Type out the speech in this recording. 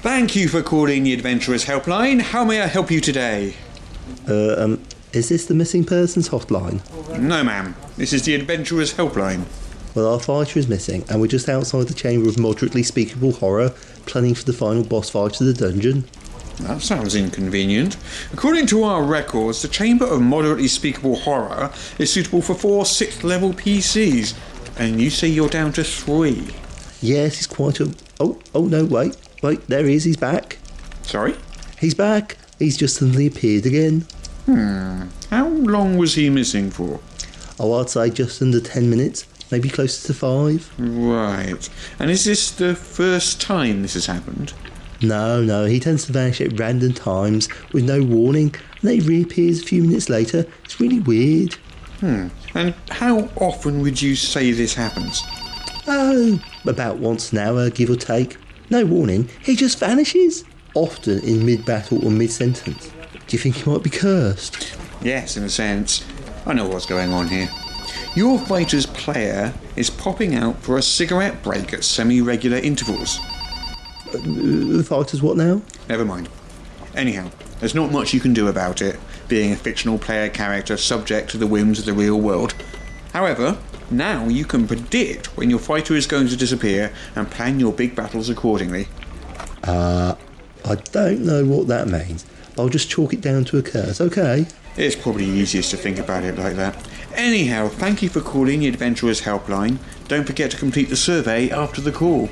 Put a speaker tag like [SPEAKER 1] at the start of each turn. [SPEAKER 1] Thank you for calling the Adventurers Helpline. How may I help you today?
[SPEAKER 2] Uh, um, is this the missing persons hotline?
[SPEAKER 1] No, ma'am. This is the Adventurers Helpline.
[SPEAKER 2] Well, our fighter is missing, and we're just outside the chamber of moderately speakable horror, planning for the final boss fight of the dungeon.
[SPEAKER 1] That sounds inconvenient. According to our records, the Chamber of Moderately Speakable Horror is suitable for four sixth level PCs, and you say you're down to three.
[SPEAKER 2] Yes, he's quite a. Oh, oh no! Wait, wait. There he is. He's back.
[SPEAKER 1] Sorry?
[SPEAKER 2] He's back. He's just suddenly appeared again.
[SPEAKER 1] How long was he missing for?
[SPEAKER 2] Oh, I'd say just under ten minutes, maybe closer to five.
[SPEAKER 1] Right. And is this the first time this has happened?
[SPEAKER 2] No, no. He tends to vanish at random times with no warning, and then he reappears a few minutes later. It's really weird.
[SPEAKER 1] And how often would you say this happens?
[SPEAKER 2] Oh, about once an hour, give or take. No warning, he just vanishes. Often in mid battle or mid sentence. Do you think he might be cursed?
[SPEAKER 1] Yes, in a sense. I know what's going on here. Your fighter's player is popping out for a cigarette break at semi regular intervals.
[SPEAKER 2] The fighters, what now?
[SPEAKER 1] Never mind. Anyhow, there's not much you can do about it, being a fictional player character subject to the whims of the real world. However, now you can predict when your fighter is going to disappear and plan your big battles accordingly.
[SPEAKER 2] I don't know what that means, but I'll just chalk it down to a curse, okay?
[SPEAKER 1] It's probably easiest to think about it like that. Anyhow, thank you for calling the Adventurers Helpline. Don't forget to complete the survey after the call.